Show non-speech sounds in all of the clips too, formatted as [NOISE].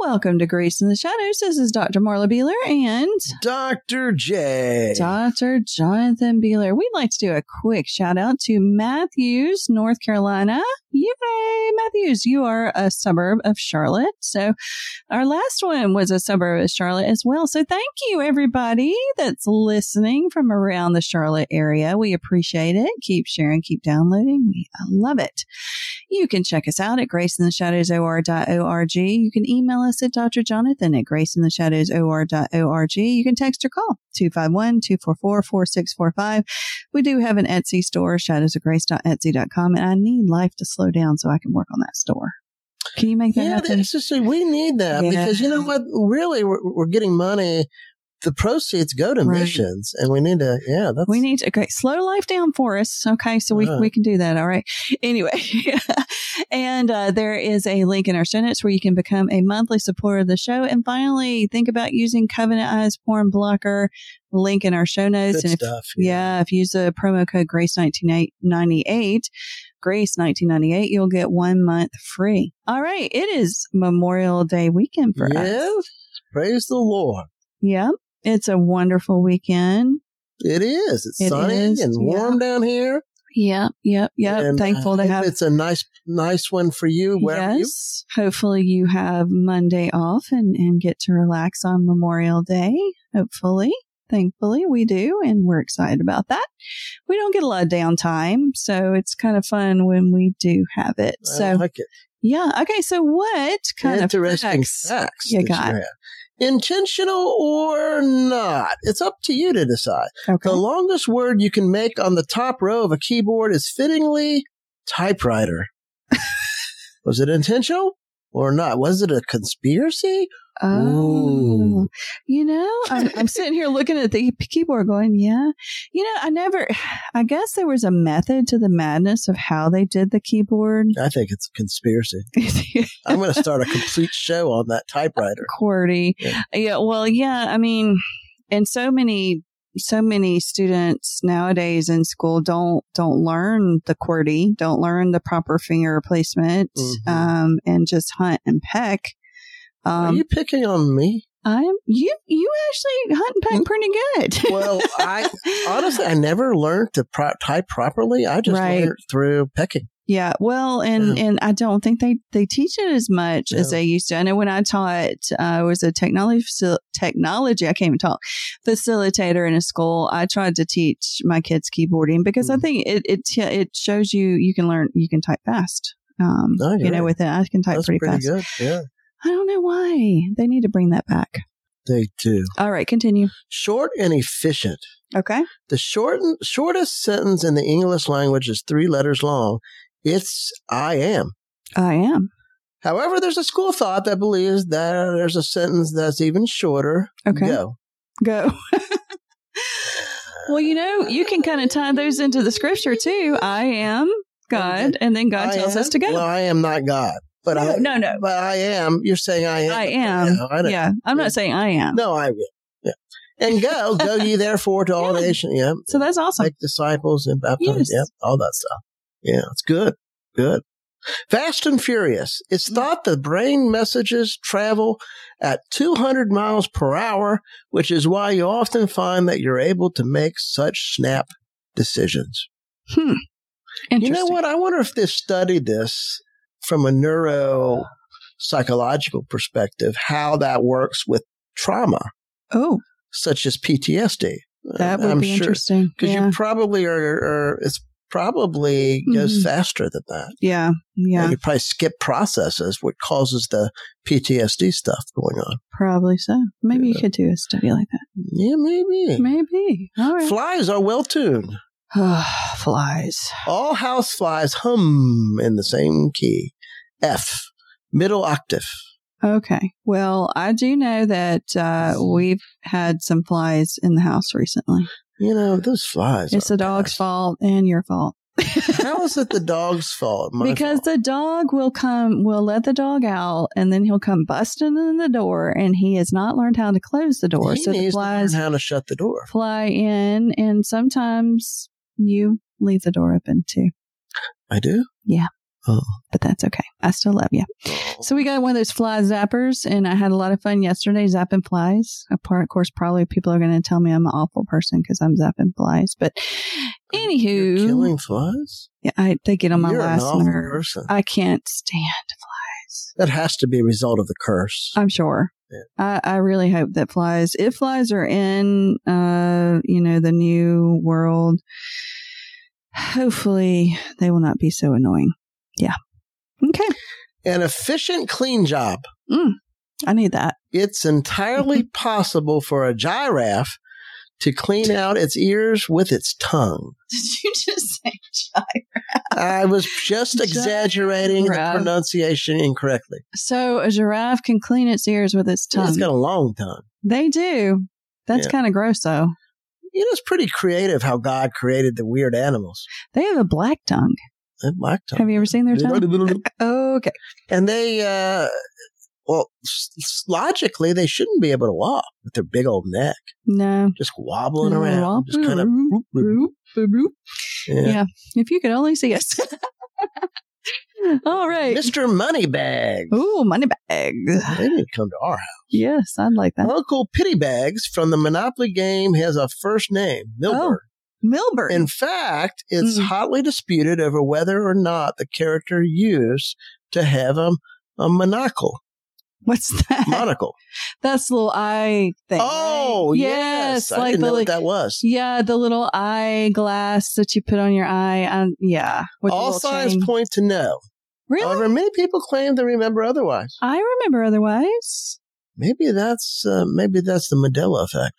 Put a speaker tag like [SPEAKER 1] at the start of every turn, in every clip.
[SPEAKER 1] Welcome to Grace in the Shadows. This is Dr. Marla Beeler and
[SPEAKER 2] Dr. J.
[SPEAKER 1] Dr. Jonathan Beeler. We'd like to do a quick shout out to Matthews, North Carolina. Yay, Matthews, you are a suburb of Charlotte. So our last one was a suburb of Charlotte as well. So thank you, everybody that's listening from around the Charlotte area. We appreciate it. Keep sharing, keep downloading. We love it. You can check us out at graceintheshadowsor.org. You can email us at Dr. Jonathan at graceintheshadowsor.org. You can text or call 251-244-4645. We do have an Etsy store, shadowsofgrace.etsy.com, and I need life to slow down so I can work on that store. Can you make that
[SPEAKER 2] Yeah,
[SPEAKER 1] happen?
[SPEAKER 2] that's just, we need that
[SPEAKER 1] Yeah.
[SPEAKER 2] because you know what? Really, we're, we're getting money. The proceeds go to
[SPEAKER 1] Right.
[SPEAKER 2] missions, and we need to. Yeah, that's
[SPEAKER 1] We need to, okay, slow life down for us. Okay, so we,
[SPEAKER 2] All right.
[SPEAKER 1] we can do that. All right. Anyway, [LAUGHS] and uh, there is a link in our show notes where you can become a monthly supporter of the show. And finally, think about using Covenant Eyes Porn Blocker link in our show notes.
[SPEAKER 2] good
[SPEAKER 1] and if
[SPEAKER 2] stuff.
[SPEAKER 1] Yeah, if you use the promo code Grace1998, Grace1998, you'll get one month free. All right, it is Memorial Day weekend for
[SPEAKER 2] yeah.
[SPEAKER 1] us.
[SPEAKER 2] Praise the Lord.
[SPEAKER 1] Yeah, it's a wonderful weekend.
[SPEAKER 2] It is. It's
[SPEAKER 1] It
[SPEAKER 2] sunny
[SPEAKER 1] is,
[SPEAKER 2] and
[SPEAKER 1] yeah.
[SPEAKER 2] warm down here.
[SPEAKER 1] Yep, yep, yep.
[SPEAKER 2] and uh,
[SPEAKER 1] Thankful
[SPEAKER 2] I
[SPEAKER 1] to
[SPEAKER 2] hope
[SPEAKER 1] have.
[SPEAKER 2] It's a nice, nice one for you. Wherever you
[SPEAKER 1] Yes. Hopefully, you have Monday off and, and get to relax on Memorial Day. Hopefully. Thankfully, we do, and we're excited about that. We don't get a lot of downtime, so it's kind of fun when we do have it.
[SPEAKER 2] I
[SPEAKER 1] So,
[SPEAKER 2] like it.
[SPEAKER 1] Yeah. Okay. So what kind
[SPEAKER 2] Interesting
[SPEAKER 1] of
[SPEAKER 2] facts,
[SPEAKER 1] facts? you
[SPEAKER 2] that
[SPEAKER 1] got?
[SPEAKER 2] have. Intentional or not, it's up to you to decide.
[SPEAKER 1] Okay.
[SPEAKER 2] The longest word you can make on the top row of a keyboard is fittingly
[SPEAKER 1] [LAUGHS]
[SPEAKER 2] typewriter. was it intentional or not? Was it a conspiracy?
[SPEAKER 1] Oh,
[SPEAKER 2] Ooh.
[SPEAKER 1] you know, I'm,
[SPEAKER 2] [LAUGHS]
[SPEAKER 1] I'm sitting here looking at the keyboard going, yeah. You know, I never, [SIGHS] I guess there was a method to the madness of how they did the keyboard. [LAUGHS]
[SPEAKER 2] I think it's a conspiracy. I'm going to start
[SPEAKER 1] [LAUGHS]
[SPEAKER 2] a complete show on that typewriter.
[SPEAKER 1] QWERTY.
[SPEAKER 2] Yeah.
[SPEAKER 1] Yeah. Well, yeah. I mean, and so many, so many students nowadays in school don't don't learn the QWERTY, don't learn the proper finger placement,
[SPEAKER 2] Mhm.
[SPEAKER 1] um, and just hunt and peck.
[SPEAKER 2] Are
[SPEAKER 1] Um,
[SPEAKER 2] you picking on me?
[SPEAKER 1] I'm you. You actually hunt and peck pretty good.
[SPEAKER 2] Hmm? Well,
[SPEAKER 1] [LAUGHS]
[SPEAKER 2] I honestly, I never learned to pro- type properly. I just
[SPEAKER 1] Right.
[SPEAKER 2] learned through pecking.
[SPEAKER 1] Yeah, well, and
[SPEAKER 2] Yeah.
[SPEAKER 1] and I don't think they they teach it as much as
[SPEAKER 2] No.
[SPEAKER 1] they used to. I know when I taught, uh, I was a technology facil- technology. I can't even talk facilitator in a school. I tried to teach my kids keyboarding because I
[SPEAKER 2] Mhm.
[SPEAKER 1] think it it t- it shows you you can learn you can type fast. Um,
[SPEAKER 2] No, you're
[SPEAKER 1] you know,
[SPEAKER 2] right.
[SPEAKER 1] with it, I can type
[SPEAKER 2] Oh, That's
[SPEAKER 1] pretty, fast.
[SPEAKER 2] pretty, good. Yeah,
[SPEAKER 1] I don't know why they need to bring that back.
[SPEAKER 2] they do.
[SPEAKER 1] All right,
[SPEAKER 2] [SIGHS]
[SPEAKER 1] continue.
[SPEAKER 2] Short and efficient.
[SPEAKER 1] Okay.
[SPEAKER 2] The short, shortest sentence in the English language is three letters long. It's I am.
[SPEAKER 1] I am
[SPEAKER 2] However, there's a school of thought that believes that there's a sentence that's even shorter.
[SPEAKER 1] okay.
[SPEAKER 2] Go.
[SPEAKER 1] go. [LAUGHS] well, you know, you can kind of tie those into the scripture too. I am God, and then God
[SPEAKER 2] I
[SPEAKER 1] tells
[SPEAKER 2] am-
[SPEAKER 1] us to go.
[SPEAKER 2] Well, I am not God, but I
[SPEAKER 1] no, no, no.
[SPEAKER 2] but I am. You're saying I am.
[SPEAKER 1] I am.
[SPEAKER 2] No, I don't-
[SPEAKER 1] yeah, I'm not saying I am.
[SPEAKER 2] No, I will. Yeah. And go, go ye therefore to
[SPEAKER 1] [LAUGHS]
[SPEAKER 2] all
[SPEAKER 1] Yeah.
[SPEAKER 2] nations. Yeah.
[SPEAKER 1] So that's awesome.
[SPEAKER 2] Make disciples and baptize.
[SPEAKER 1] Yes.
[SPEAKER 2] Yeah. All that stuff. Yeah. It's good. Good. Fast and furious. It's
[SPEAKER 1] Mm.
[SPEAKER 2] thought the brain messages travel at 200 miles per hour, which is why you often find that you're able to make such snap decisions.
[SPEAKER 1] Hmm.
[SPEAKER 2] You
[SPEAKER 1] Interesting.
[SPEAKER 2] know what? I wonder if they've studied this from a neuro psychological perspective, how that works with trauma
[SPEAKER 1] Oh,
[SPEAKER 2] such as PTSD.
[SPEAKER 1] that would
[SPEAKER 2] I'm
[SPEAKER 1] be
[SPEAKER 2] sure
[SPEAKER 1] interesting.
[SPEAKER 2] because
[SPEAKER 1] Yeah.
[SPEAKER 2] you probably are, are it's probably goes
[SPEAKER 1] Mhm.
[SPEAKER 2] faster than that.
[SPEAKER 1] yeah, yeah,
[SPEAKER 2] You probably skip processes, what causes the PTSD stuff going on.
[SPEAKER 1] probably so. Maybe you
[SPEAKER 2] Yeah.
[SPEAKER 1] could do a study like that.
[SPEAKER 2] Yeah, maybe.
[SPEAKER 1] Maybe. All right.
[SPEAKER 2] Flies are well tuned.
[SPEAKER 1] [SIGHS] Flies.
[SPEAKER 2] All house flies hum in the same key, F, middle octave.
[SPEAKER 1] Okay. Well, I do know that uh, we've had some flies in the house recently.
[SPEAKER 2] You know, those flies.
[SPEAKER 1] It's
[SPEAKER 2] are
[SPEAKER 1] the dog's
[SPEAKER 2] bad.
[SPEAKER 1] fault and your fault.
[SPEAKER 2] How is it the dog's
[SPEAKER 1] [LAUGHS]
[SPEAKER 2] fault? My
[SPEAKER 1] because
[SPEAKER 2] fault.
[SPEAKER 1] the dog will come, will let the dog out, and then he'll come busting in the door, and he has not learned how to close the door.
[SPEAKER 2] he
[SPEAKER 1] so the
[SPEAKER 2] needs to learn
[SPEAKER 1] flies
[SPEAKER 2] how to shut the door.
[SPEAKER 1] fly in, and sometimes you leave the door open too.
[SPEAKER 2] I do.
[SPEAKER 1] But that's okay. I still love you. So we got one of those fly zappers, and I had a lot of fun yesterday zapping flies. Apart, of course, probably people are going to tell me I'm an awful person because I'm zapping flies. But
[SPEAKER 2] You're
[SPEAKER 1] anywho,
[SPEAKER 2] killing flies.
[SPEAKER 1] yeah, I, they get on my
[SPEAKER 2] You're an
[SPEAKER 1] last
[SPEAKER 2] awful
[SPEAKER 1] nerve.
[SPEAKER 2] person.
[SPEAKER 1] I can't stand.
[SPEAKER 2] That has to be a result of the curse.
[SPEAKER 1] I'm sure. I, I really hope that flies, if flies are in, uh, you know, the new world, hopefully they will not be so annoying. Yeah. Okay.
[SPEAKER 2] An efficient clean job.
[SPEAKER 1] I need that.
[SPEAKER 2] It's entirely possible for a giraffe to clean out its ears with its tongue.
[SPEAKER 1] [LAUGHS] Did you just say Uh,
[SPEAKER 2] I was just exaggerating the
[SPEAKER 1] Giraffe.
[SPEAKER 2] pronunciation incorrectly.
[SPEAKER 1] So a giraffe can clean its ears with its tongue.
[SPEAKER 2] It's got a long tongue.
[SPEAKER 1] they do. That's
[SPEAKER 2] Yeah.
[SPEAKER 1] kind of gross, though.
[SPEAKER 2] You know, it's pretty creative how God created the weird animals.
[SPEAKER 1] They have a black tongue.
[SPEAKER 2] They have black tongue.
[SPEAKER 1] Have you ever seen their tongue? Okay.
[SPEAKER 2] [LAUGHS] And they, uh, well, s- s- logically, they shouldn't be able to walk with their big old neck,
[SPEAKER 1] No.
[SPEAKER 2] just wobbling around, just kind of. Yeah.
[SPEAKER 1] Yeah. If you could only see us. All right.
[SPEAKER 2] Mr. Moneybags.
[SPEAKER 1] Ooh, money bag.
[SPEAKER 2] They need to come to our house.
[SPEAKER 1] Yes, I'd like that.
[SPEAKER 2] Uncle Pittybags from the Monopoly game has a first name, Milburn.
[SPEAKER 1] Oh. Milburn.
[SPEAKER 2] In fact, it's
[SPEAKER 1] Mm.
[SPEAKER 2] hotly disputed over whether or not the character used to have a,
[SPEAKER 1] [LAUGHS]
[SPEAKER 2] a monocle.
[SPEAKER 1] What's that?
[SPEAKER 2] Monocle.
[SPEAKER 1] That's the little eye thing.
[SPEAKER 2] oh,
[SPEAKER 1] right?
[SPEAKER 2] yes. I
[SPEAKER 1] like
[SPEAKER 2] didn't
[SPEAKER 1] the
[SPEAKER 2] know
[SPEAKER 1] like,
[SPEAKER 2] what that was.
[SPEAKER 1] yeah, the little eye glass that you put on your eye. And yeah, with the
[SPEAKER 2] All
[SPEAKER 1] little
[SPEAKER 2] signs
[SPEAKER 1] chain.
[SPEAKER 2] point to no.
[SPEAKER 1] Really,
[SPEAKER 2] However, many people claim to remember otherwise.
[SPEAKER 1] I remember otherwise.
[SPEAKER 2] Maybe that's uh, maybe that's the Mandela effect.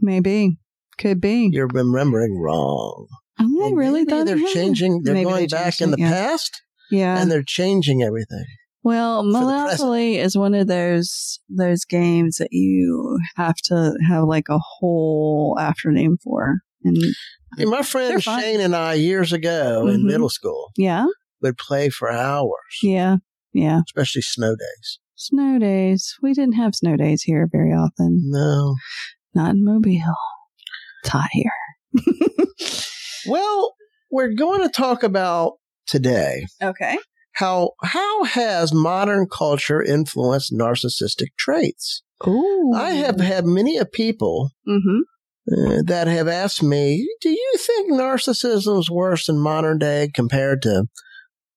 [SPEAKER 1] Maybe, could be. Oh,
[SPEAKER 2] You're remembering wrong.
[SPEAKER 1] I
[SPEAKER 2] And
[SPEAKER 1] really
[SPEAKER 2] maybe
[SPEAKER 1] thought
[SPEAKER 2] they're
[SPEAKER 1] it was.
[SPEAKER 2] changing. They're
[SPEAKER 1] Maybe
[SPEAKER 2] going
[SPEAKER 1] they
[SPEAKER 2] back
[SPEAKER 1] changed
[SPEAKER 2] in
[SPEAKER 1] it,
[SPEAKER 2] the
[SPEAKER 1] yeah.
[SPEAKER 2] past
[SPEAKER 1] Yeah.
[SPEAKER 2] and they're changing everything.
[SPEAKER 1] well,
[SPEAKER 2] the present.
[SPEAKER 1] Monopoly is one of those those games that you have to have like a whole afternoon for. And
[SPEAKER 2] Hey, my
[SPEAKER 1] They're
[SPEAKER 2] friend
[SPEAKER 1] fun.
[SPEAKER 2] Shane and I years ago in
[SPEAKER 1] Mhm.
[SPEAKER 2] middle school
[SPEAKER 1] yeah,
[SPEAKER 2] would play for hours,
[SPEAKER 1] yeah, yeah.
[SPEAKER 2] especially snow days.
[SPEAKER 1] Snow days. We didn't have snow days here very often.
[SPEAKER 2] No.
[SPEAKER 1] Not in Mobile. It's hot here.
[SPEAKER 2] Well, we're going to talk about today
[SPEAKER 1] Okay.
[SPEAKER 2] how how has modern culture influenced narcissistic traits?
[SPEAKER 1] Ooh.
[SPEAKER 2] I have had many a people
[SPEAKER 1] Mm-hmm.
[SPEAKER 2] uh, that have asked me, "Do you think narcissism is worse in modern day compared to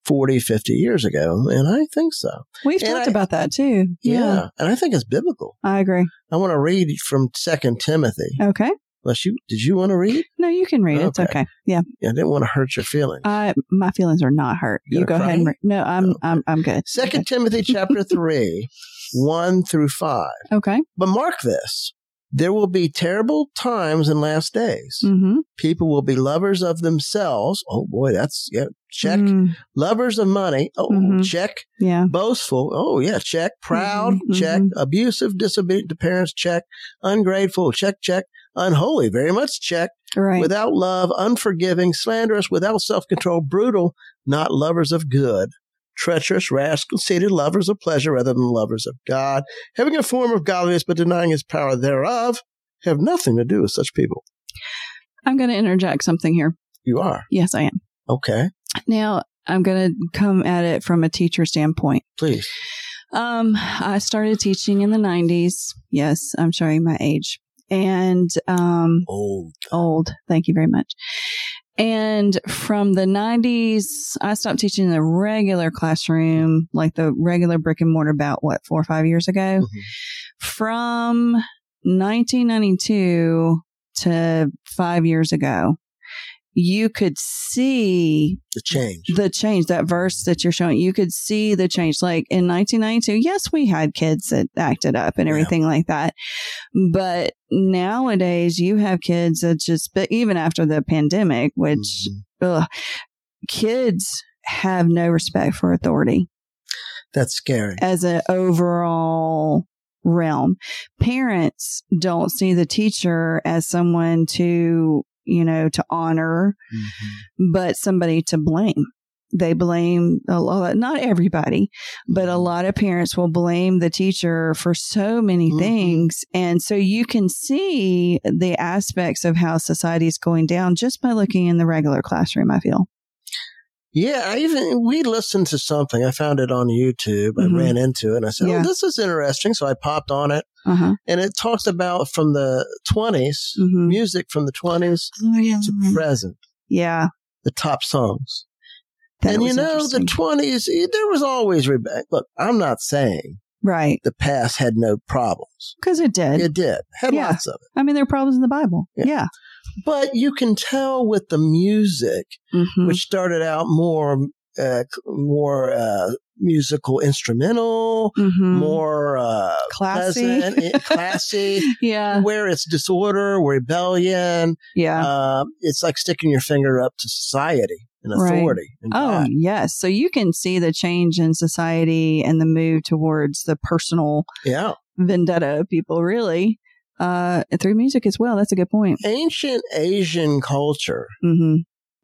[SPEAKER 2] 40, 50 years ago?" And I think so.
[SPEAKER 1] We've
[SPEAKER 2] And
[SPEAKER 1] talked
[SPEAKER 2] I-
[SPEAKER 1] about that too. Yeah.
[SPEAKER 2] and I think it's biblical.
[SPEAKER 1] I agree.
[SPEAKER 2] I want to read from Second Timothy.
[SPEAKER 1] Okay.
[SPEAKER 2] Unless you did you want to read?
[SPEAKER 1] No, you can read. it. It's
[SPEAKER 2] Okay.
[SPEAKER 1] okay. Yeah.
[SPEAKER 2] Yeah, I didn't want to hurt your feelings.
[SPEAKER 1] I my feelings are not hurt.
[SPEAKER 2] You
[SPEAKER 1] You, go
[SPEAKER 2] gonna
[SPEAKER 1] ahead and
[SPEAKER 2] cry?
[SPEAKER 1] read. No, I'm
[SPEAKER 2] No.
[SPEAKER 1] I'm I'm good.
[SPEAKER 2] Second Timothy chapter three, one through five.
[SPEAKER 1] Okay.
[SPEAKER 2] But mark this. There will be terrible times in last days.
[SPEAKER 1] Mm-hmm.
[SPEAKER 2] People will be lovers of themselves. Oh boy, that's yeah, check.
[SPEAKER 1] Mm. Mm-hmm.
[SPEAKER 2] Lovers of money. Oh,
[SPEAKER 1] Mhm.
[SPEAKER 2] check.
[SPEAKER 1] Yeah.
[SPEAKER 2] Boastful. Oh yeah, check. Proud.
[SPEAKER 1] Mhm,
[SPEAKER 2] Check.
[SPEAKER 1] mhm.
[SPEAKER 2] Abusive. Disobedient to parents. Check. Ungrateful. Check. Check. Unholy. Very much. Check.
[SPEAKER 1] Right.
[SPEAKER 2] without love, unforgiving, slanderous, without self control, brutal, not lovers of good, treacherous, rash, conceited, lovers of pleasure rather than lovers of God, having a form of godliness but denying his power thereof, have nothing to do with such people.
[SPEAKER 1] I'm gonna interject something here.
[SPEAKER 2] You are.
[SPEAKER 1] Yes, I am.
[SPEAKER 2] Okay.
[SPEAKER 1] Now I'm gonna come at it from a teacher standpoint.
[SPEAKER 2] Please.
[SPEAKER 1] Um, I started teaching in the '90s. Yes, I'm showing my age and um,
[SPEAKER 2] Oh,
[SPEAKER 1] old. Thank you very much. And from the '90s, I stopped teaching in the regular classroom, like the regular brick and mortar, about what four or five years ago.
[SPEAKER 2] Mhm.
[SPEAKER 1] From 1992 to five years ago, you could see
[SPEAKER 2] the change.
[SPEAKER 1] the change that verse that you're showing you could see the change like in 1992 yes we had kids that acted up and
[SPEAKER 2] Yeah.
[SPEAKER 1] everything like that but nowadays you have kids that just but even after the pandemic which
[SPEAKER 2] Mhm.
[SPEAKER 1] ugh, kids have no respect for authority
[SPEAKER 2] That's scary.
[SPEAKER 1] as an overall realm. Parents don't see the teacher as someone to, you know, to honor, Mm-hmm. but somebody to blame. They blame a lot, not everybody, but
[SPEAKER 2] Mm-hmm.
[SPEAKER 1] a lot of parents will blame the teacher for so many
[SPEAKER 2] Mhm.
[SPEAKER 1] things. And so you can see the aspects of how society is going down just by looking in the regular classroom, I feel.
[SPEAKER 2] Yeah, I even we listened to something. I found it on YouTube.
[SPEAKER 1] Mhm.
[SPEAKER 2] I ran into it and I said,
[SPEAKER 1] Yeah.
[SPEAKER 2] "Oh, this is interesting." So I popped on it,
[SPEAKER 1] Uh huh.
[SPEAKER 2] and it talked about from the 20s
[SPEAKER 1] Mhm.
[SPEAKER 2] music from the twenties to
[SPEAKER 1] Mm-hmm.
[SPEAKER 2] present,
[SPEAKER 1] Yeah.
[SPEAKER 2] the top songs.
[SPEAKER 1] that
[SPEAKER 2] and you
[SPEAKER 1] was
[SPEAKER 2] know, the
[SPEAKER 1] interesting.
[SPEAKER 2] twenties, there was always rebellion. Look, I'm not saying
[SPEAKER 1] right.
[SPEAKER 2] the past had no problems.
[SPEAKER 1] Because it did.
[SPEAKER 2] It did had
[SPEAKER 1] Yeah.
[SPEAKER 2] lots of it,
[SPEAKER 1] I mean, there are problems in the Bible.
[SPEAKER 2] Yeah.
[SPEAKER 1] Yeah.
[SPEAKER 2] but you can tell with the music
[SPEAKER 1] Mhm.
[SPEAKER 2] which started out more uh, more uh, musical instrumental
[SPEAKER 1] Mhm.
[SPEAKER 2] Mm-hmm. more uh,
[SPEAKER 1] classy.
[SPEAKER 2] pleasant eh, classy
[SPEAKER 1] [LAUGHS] yeah.
[SPEAKER 2] where it's disorder rebellion
[SPEAKER 1] Yeah.
[SPEAKER 2] um, it's like sticking your finger up to society and
[SPEAKER 1] Right.
[SPEAKER 2] authority and
[SPEAKER 1] oh,
[SPEAKER 2] God.
[SPEAKER 1] yes. So you can see the change in society and the move towards the personal
[SPEAKER 2] yeah
[SPEAKER 1] vendetta of people, really, uh, through music as well. That's a good point.
[SPEAKER 2] ancient asian culture
[SPEAKER 1] hmm
[SPEAKER 2] Mm-hmm.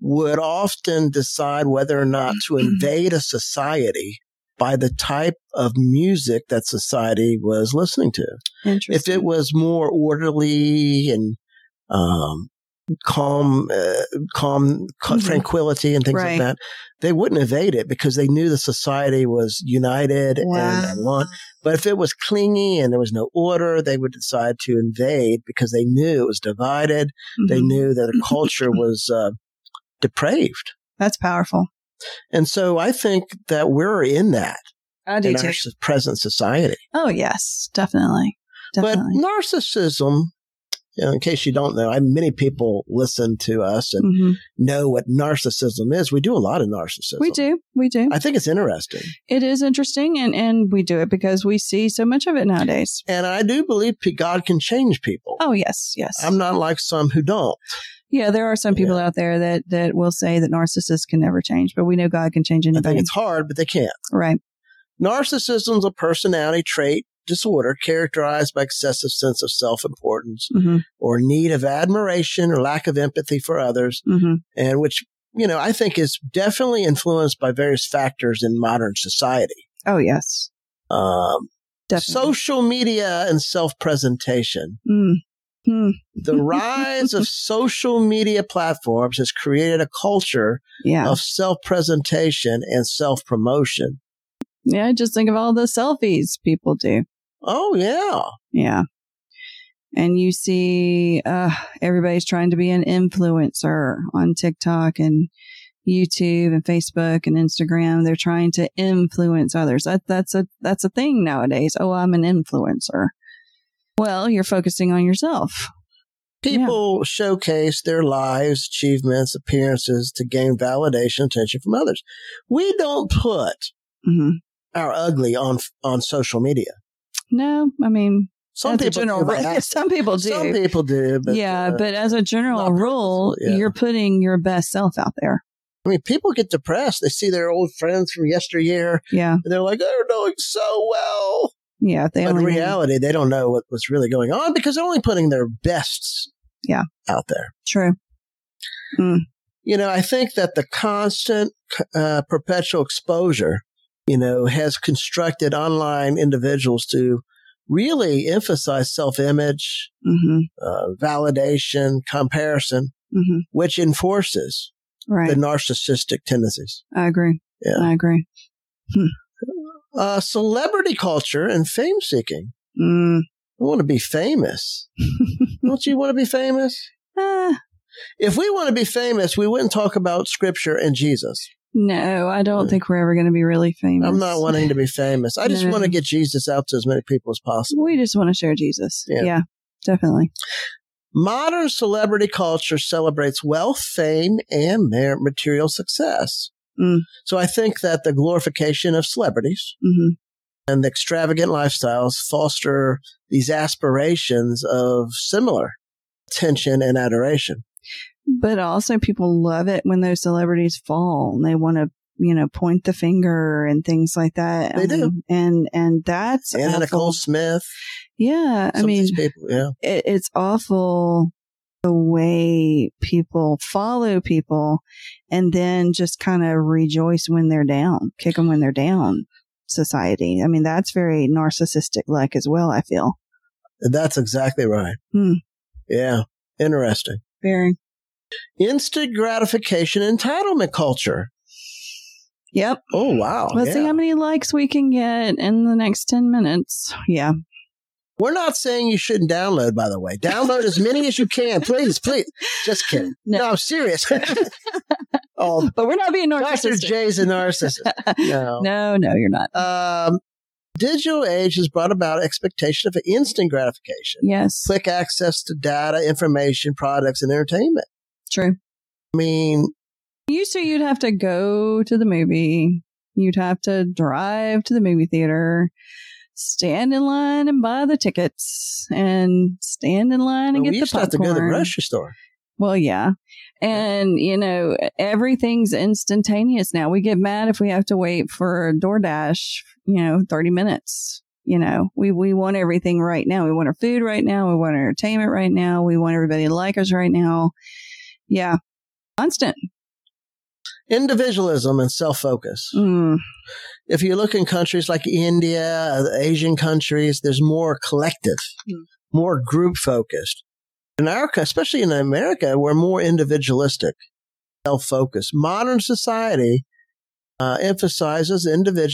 [SPEAKER 2] would often decide whether or not to
[SPEAKER 1] Mm-hmm.
[SPEAKER 2] invade a society by the type of music that society was listening to if
[SPEAKER 1] Interesting.
[SPEAKER 2] it was more orderly and um, calm, uh, calm, ca-
[SPEAKER 1] Mhm.
[SPEAKER 2] tranquility and things
[SPEAKER 1] Right.
[SPEAKER 2] like that, they wouldn't evade it because they knew the society was united
[SPEAKER 1] Wow.
[SPEAKER 2] and one. But if it was clingy and there was no order, they would decide to invade because they knew it was divided. They
[SPEAKER 1] Mhm.
[SPEAKER 2] knew that the
[SPEAKER 1] [LAUGHS]
[SPEAKER 2] culture was uh, depraved.
[SPEAKER 1] That's powerful.
[SPEAKER 2] And so I think that we're in that
[SPEAKER 1] I
[SPEAKER 2] in our s- present society.
[SPEAKER 1] Oh, yes. Definitely. Definitely.
[SPEAKER 2] But narcissism, you know, in case you don't know, I, many people listen to us and
[SPEAKER 1] Mhm.
[SPEAKER 2] know what narcissism is. We do a lot of narcissism.
[SPEAKER 1] We do. We do.
[SPEAKER 2] I think it's interesting.
[SPEAKER 1] it is interesting. And, and we do it because we see so much of it nowadays.
[SPEAKER 2] And I do believe p- God can change people.
[SPEAKER 1] Oh, yes. Yes.
[SPEAKER 2] I'm not like some who don't.
[SPEAKER 1] Yeah, there are some people out there that that will say that narcissists can never change, but we know God can change
[SPEAKER 2] I think
[SPEAKER 1] anybody.
[SPEAKER 2] it's hard, but they can't.
[SPEAKER 1] Right.
[SPEAKER 2] Narcissism's a personality trait disorder characterized by excessive sense of self-importance
[SPEAKER 1] hmm
[SPEAKER 2] or need of admiration or lack of empathy for others
[SPEAKER 1] hmm
[SPEAKER 2] and which you know i think is definitely influenced by various factors in modern society
[SPEAKER 1] Oh yes,
[SPEAKER 2] um,
[SPEAKER 1] definitely.
[SPEAKER 2] social media and self-presentation
[SPEAKER 1] mm. Mm. [LAUGHS]
[SPEAKER 2] the rise of social media platforms has created a culture
[SPEAKER 1] Yeah.
[SPEAKER 2] of self-presentation and self-promotion
[SPEAKER 1] Yeah. Just think of all the selfies people do.
[SPEAKER 2] oh yeah
[SPEAKER 1] Yeah. And you see, uh, everybody's trying to be an influencer on TikTok and YouTube and Facebook and Instagram. They're trying to influence others. That, that's a that's a thing nowadays. Oh, I'm an influencer. Well, you're focusing on yourself.
[SPEAKER 2] people showcase their lives achievements appearances to gain validation attention from others we don't put
[SPEAKER 1] hmm
[SPEAKER 2] our ugly on on social media
[SPEAKER 1] No, I mean,
[SPEAKER 2] some
[SPEAKER 1] as a
[SPEAKER 2] people
[SPEAKER 1] general
[SPEAKER 2] do by
[SPEAKER 1] [LAUGHS] rule-
[SPEAKER 2] accident.
[SPEAKER 1] some people do.
[SPEAKER 2] some people do but
[SPEAKER 1] yeah,
[SPEAKER 2] uh,
[SPEAKER 1] but as a general
[SPEAKER 2] not
[SPEAKER 1] rule,
[SPEAKER 2] purposeful, yeah.
[SPEAKER 1] you're putting your best self out there.
[SPEAKER 2] i mean people get depressed they see their old friends from yesteryear
[SPEAKER 1] Yeah,
[SPEAKER 2] and they're like they're doing so well
[SPEAKER 1] yeah. If they
[SPEAKER 2] But in
[SPEAKER 1] only knew-
[SPEAKER 2] reality, they don't know what, what's really going on because they're only putting their bests
[SPEAKER 1] Yeah.
[SPEAKER 2] out there.
[SPEAKER 1] true.
[SPEAKER 2] You know, I think that the constant, uh, perpetual exposure, you know, has constructed online individuals to really emphasize self image,
[SPEAKER 1] hmm
[SPEAKER 2] uh, validation, comparison,
[SPEAKER 1] hmm
[SPEAKER 2] which enforces
[SPEAKER 1] Right.
[SPEAKER 2] the narcissistic tendencies.
[SPEAKER 1] I agree.
[SPEAKER 2] Yeah.
[SPEAKER 1] I agree.
[SPEAKER 2] Uh, celebrity culture and fame seeking.
[SPEAKER 1] Mm.
[SPEAKER 2] I want to be famous.
[SPEAKER 1] [LAUGHS]
[SPEAKER 2] don't you want to be famous?
[SPEAKER 1] Ah,
[SPEAKER 2] If we want to be famous, we wouldn't talk about scripture and Jesus.
[SPEAKER 1] no, I don't
[SPEAKER 2] Mm.
[SPEAKER 1] think we're ever going to be really famous.
[SPEAKER 2] I'm not wanting to be famous. I just
[SPEAKER 1] No.
[SPEAKER 2] want to get Jesus out to as many people as possible.
[SPEAKER 1] We just want to share Jesus.
[SPEAKER 2] Yeah.
[SPEAKER 1] yeah definitely.
[SPEAKER 2] Modern celebrity culture celebrates wealth, fame, and mer- material success.
[SPEAKER 1] Mm.
[SPEAKER 2] So I think that the glorification of celebrities
[SPEAKER 1] hmm
[SPEAKER 2] and the extravagant lifestyles foster these aspirations of similar attention and adoration.
[SPEAKER 1] But also, people love it when those celebrities fall and they want to you know, point the finger and things like that.
[SPEAKER 2] They do.
[SPEAKER 1] Um, and, and that's
[SPEAKER 2] Anna
[SPEAKER 1] awful.
[SPEAKER 2] Nicole Smith.
[SPEAKER 1] Yeah. I
[SPEAKER 2] some of
[SPEAKER 1] mean,
[SPEAKER 2] these people, yeah.
[SPEAKER 1] it, it's awful the way people follow people and then just kind of rejoice when they're down, kick them when they're down society. I mean, that's very narcissistic like as well, I feel.
[SPEAKER 2] That's exactly right.
[SPEAKER 1] Hmm.
[SPEAKER 2] Yeah. Interesting.
[SPEAKER 1] Very.
[SPEAKER 2] Instant gratification entitlement culture.
[SPEAKER 1] Yep.
[SPEAKER 2] Oh, wow.
[SPEAKER 1] Let's
[SPEAKER 2] yeah.
[SPEAKER 1] see how many likes we can get in the next 10 minutes. Yeah.
[SPEAKER 2] We're not saying you shouldn't download, by the way. Download as many as you can. Please, please. Just kidding.
[SPEAKER 1] [LAUGHS] No.
[SPEAKER 2] No, I'm serious. oh,
[SPEAKER 1] But we're not being
[SPEAKER 2] Dr.
[SPEAKER 1] narcissistic.
[SPEAKER 2] J's
[SPEAKER 1] [LAUGHS]
[SPEAKER 2] a narcissist. No.
[SPEAKER 1] No, no, you're not.
[SPEAKER 2] Um, digital age has brought about expectation of instant gratification,
[SPEAKER 1] Yes.
[SPEAKER 2] quick access to data, information, products, and entertainment.
[SPEAKER 1] True.
[SPEAKER 2] I mean,
[SPEAKER 1] Used to, you'd have to go to the movie. You'd have to drive to the movie theater, stand in line and buy the tickets, and stand in line and
[SPEAKER 2] we
[SPEAKER 1] get the
[SPEAKER 2] used to have to go to the
[SPEAKER 1] popcorn.
[SPEAKER 2] grocery store.
[SPEAKER 1] Well, yeah. And, you know, everything's instantaneous now. We get mad if we have to wait for DoorDash, you know, 30 minutes. You know, we, we want everything right now. We want our food right now. We want our entertainment right now. We want everybody to like us right now. Yeah. Constant.
[SPEAKER 2] Individualism and self focus.
[SPEAKER 1] Mm.
[SPEAKER 2] If you look in countries like India, Asian countries, there's more collective,
[SPEAKER 1] Mm.
[SPEAKER 2] more group focused. In our, co- especially in America, we're more individualistic, self focused. Modern society uh, emphasizes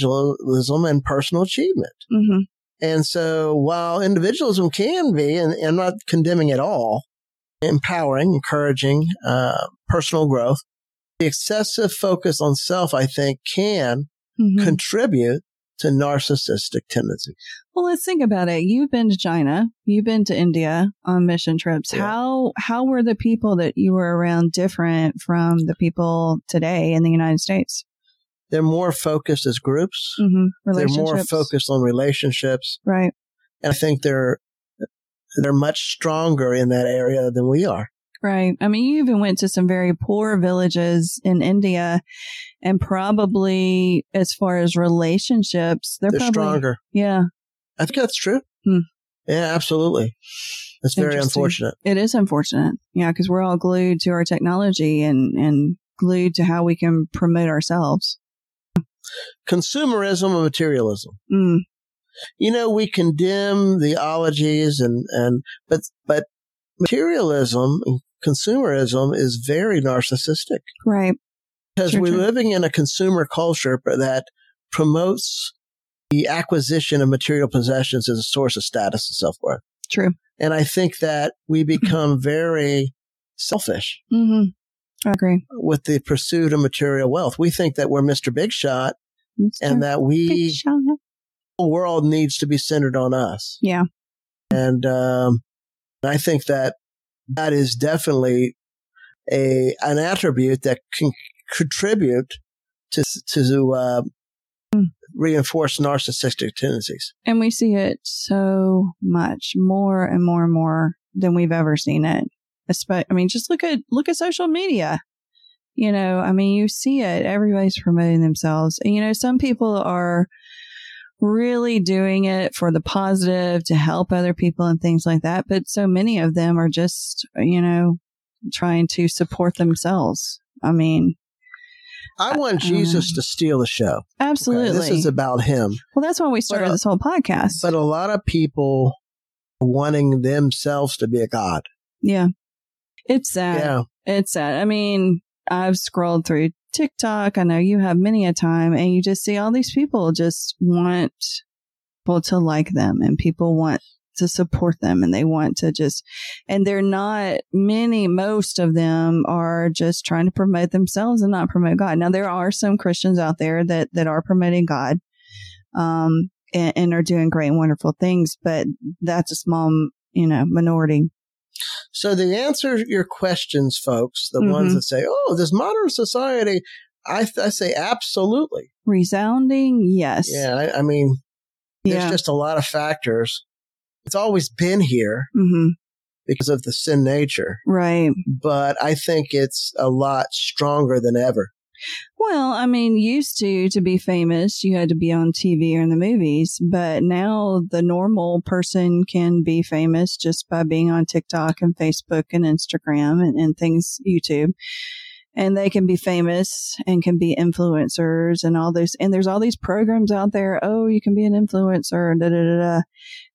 [SPEAKER 2] individualism and personal achievement.
[SPEAKER 1] hmm
[SPEAKER 2] And so while individualism can be, and, and I'm not condemning at all, empowering, encouraging uh, personal growth, the excessive focus on self, I think, can
[SPEAKER 1] Mhm.
[SPEAKER 2] contribute to narcissistic tendencies.
[SPEAKER 1] Well, let's think about it. You've been to China, you've been to India on mission trips.
[SPEAKER 2] Yeah.
[SPEAKER 1] How how were the people that you were around different from the people today in the United States?
[SPEAKER 2] They're more focused as groups.
[SPEAKER 1] Mm-hmm.
[SPEAKER 2] They're
[SPEAKER 1] Relationships,
[SPEAKER 2] more focused on relationships,
[SPEAKER 1] right?
[SPEAKER 2] and I think they're they're much stronger in that area than we are.
[SPEAKER 1] Right. I mean, you even went to some very poor villages in India, and probably as far as relationships, they're,
[SPEAKER 2] They're
[SPEAKER 1] probably
[SPEAKER 2] stronger.
[SPEAKER 1] Yeah,
[SPEAKER 2] I think that's true.
[SPEAKER 1] Hmm.
[SPEAKER 2] Yeah, absolutely. That's very
[SPEAKER 1] Interesting.
[SPEAKER 2] unfortunate.
[SPEAKER 1] It is unfortunate. Yeah, because we're all glued to our technology and and glued to how we can promote ourselves.
[SPEAKER 2] Consumerism and materialism.
[SPEAKER 1] Mm.
[SPEAKER 2] you know we condemn the ologies and and but but materialism and consumerism is very narcissistic
[SPEAKER 1] Right.
[SPEAKER 2] because
[SPEAKER 1] Sure,
[SPEAKER 2] we're
[SPEAKER 1] true.
[SPEAKER 2] living in a consumer culture that promotes the acquisition of material possessions as a source of status and self-worth
[SPEAKER 1] True.
[SPEAKER 2] and i think that
[SPEAKER 1] [CLEARS THROAT]
[SPEAKER 2] we become very selfish
[SPEAKER 1] hmm I agree.
[SPEAKER 2] with the pursuit of material wealth we think that we're mr big shot and E. that
[SPEAKER 1] Big
[SPEAKER 2] we
[SPEAKER 1] shot.
[SPEAKER 2] the whole world needs to be centered on us
[SPEAKER 1] yeah,
[SPEAKER 2] and um, I think that that is definitely a an attribute that can contribute to to uh,
[SPEAKER 1] Hmm.
[SPEAKER 2] reinforce narcissistic tendencies.
[SPEAKER 1] and we see it so much more and more and more than we've ever seen it. Espe- I mean, just look at look at social media. You know, I mean, you see it. Everybody's promoting themselves, and you know, some people are really doing it for the positive to help other people and things like that. But so many of them are just, you know, trying to support themselves. I mean,
[SPEAKER 2] I want
[SPEAKER 1] Uh,
[SPEAKER 2] Jesus to steal the show. Okay?
[SPEAKER 1] absolutely.
[SPEAKER 2] This is about him.
[SPEAKER 1] well, that's why we started
[SPEAKER 2] uh,
[SPEAKER 1] this whole podcast.
[SPEAKER 2] But a lot of people are wanting themselves to be a god.
[SPEAKER 1] Yeah. It's sad.
[SPEAKER 2] yeah.
[SPEAKER 1] It's sad. I mean, I've scrolled through TikTok. I know you have many a time, and you just see all these people just want people to like them and people want to support them and they want to just, and they're not many, most of them are just trying to promote themselves and not promote God. Now, there are some Christians out there that, that are promoting God. Um, and, and are doing great and wonderful things, but that's a small, you know, minority.
[SPEAKER 2] So the answer to your questions, folks, the ones
[SPEAKER 1] Mhm.
[SPEAKER 2] that say, "Oh, this modern society," I, I say absolutely.
[SPEAKER 1] Resounding, yes.
[SPEAKER 2] Yeah, I, I mean, there's
[SPEAKER 1] Yeah.
[SPEAKER 2] just a lot of factors. It's always been here
[SPEAKER 1] hmm
[SPEAKER 2] because of the sin nature,
[SPEAKER 1] Right.
[SPEAKER 2] but I think it's a lot stronger than ever.
[SPEAKER 1] Well, I mean, used to to be famous, you had to be on TV or in the movies, but now the normal person can be famous just by being on TikTok and Facebook and Instagram and, and things YouTube. And they can be famous and can be influencers and all those. And there's all these programs out there. Oh, you can be an influencer. Da, da, da, da.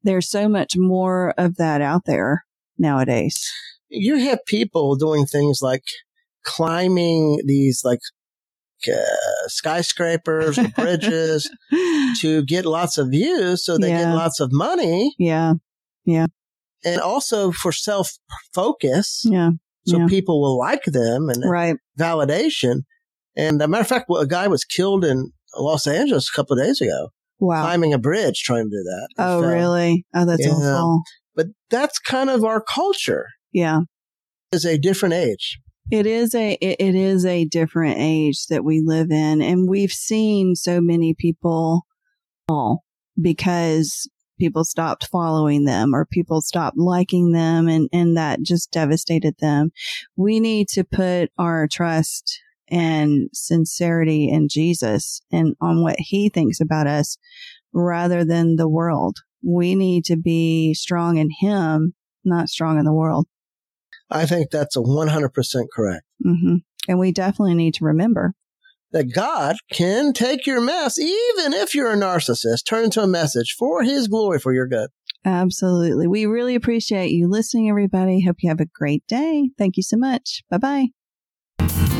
[SPEAKER 1] There's so much more of that out there nowadays.
[SPEAKER 2] You have people doing things like climbing these like uh,
[SPEAKER 1] [LAUGHS]
[SPEAKER 2] skyscrapers or bridges to get lots of views so they
[SPEAKER 1] Yeah.
[SPEAKER 2] get lots of money
[SPEAKER 1] yeah.
[SPEAKER 2] and also for self focus
[SPEAKER 1] Yeah.
[SPEAKER 2] so [LAUGHS]
[SPEAKER 1] yeah.
[SPEAKER 2] people will like them and
[SPEAKER 1] Right.
[SPEAKER 2] validation and a matter of fact well, a guy was killed in Los Angeles a couple of days ago
[SPEAKER 1] Wow.
[SPEAKER 2] climbing a bridge trying to do that He
[SPEAKER 1] Oh,
[SPEAKER 2] fell.
[SPEAKER 1] really? Oh, that's
[SPEAKER 2] Yeah.
[SPEAKER 1] awful.
[SPEAKER 2] but that's kind of our culture
[SPEAKER 1] Yeah.
[SPEAKER 2] is a different age
[SPEAKER 1] It is a it, it is a different age that we live in, and we've seen so many people fall because people stopped following them or people stopped liking them, and and that just devastated them. We need to put our trust and sincerity in Jesus and on what He thinks about us, rather than the world. We need to be strong in Him, not strong in the world.
[SPEAKER 2] I think that's a 100% correct
[SPEAKER 1] hmm And we definitely need to remember.
[SPEAKER 2] that God can take your mess, even if you're a narcissist, turn into a message for his glory for your good.
[SPEAKER 1] Absolutely. We really appreciate you listening, everybody. Hope you have a great day. Thank you so much. Bye bye.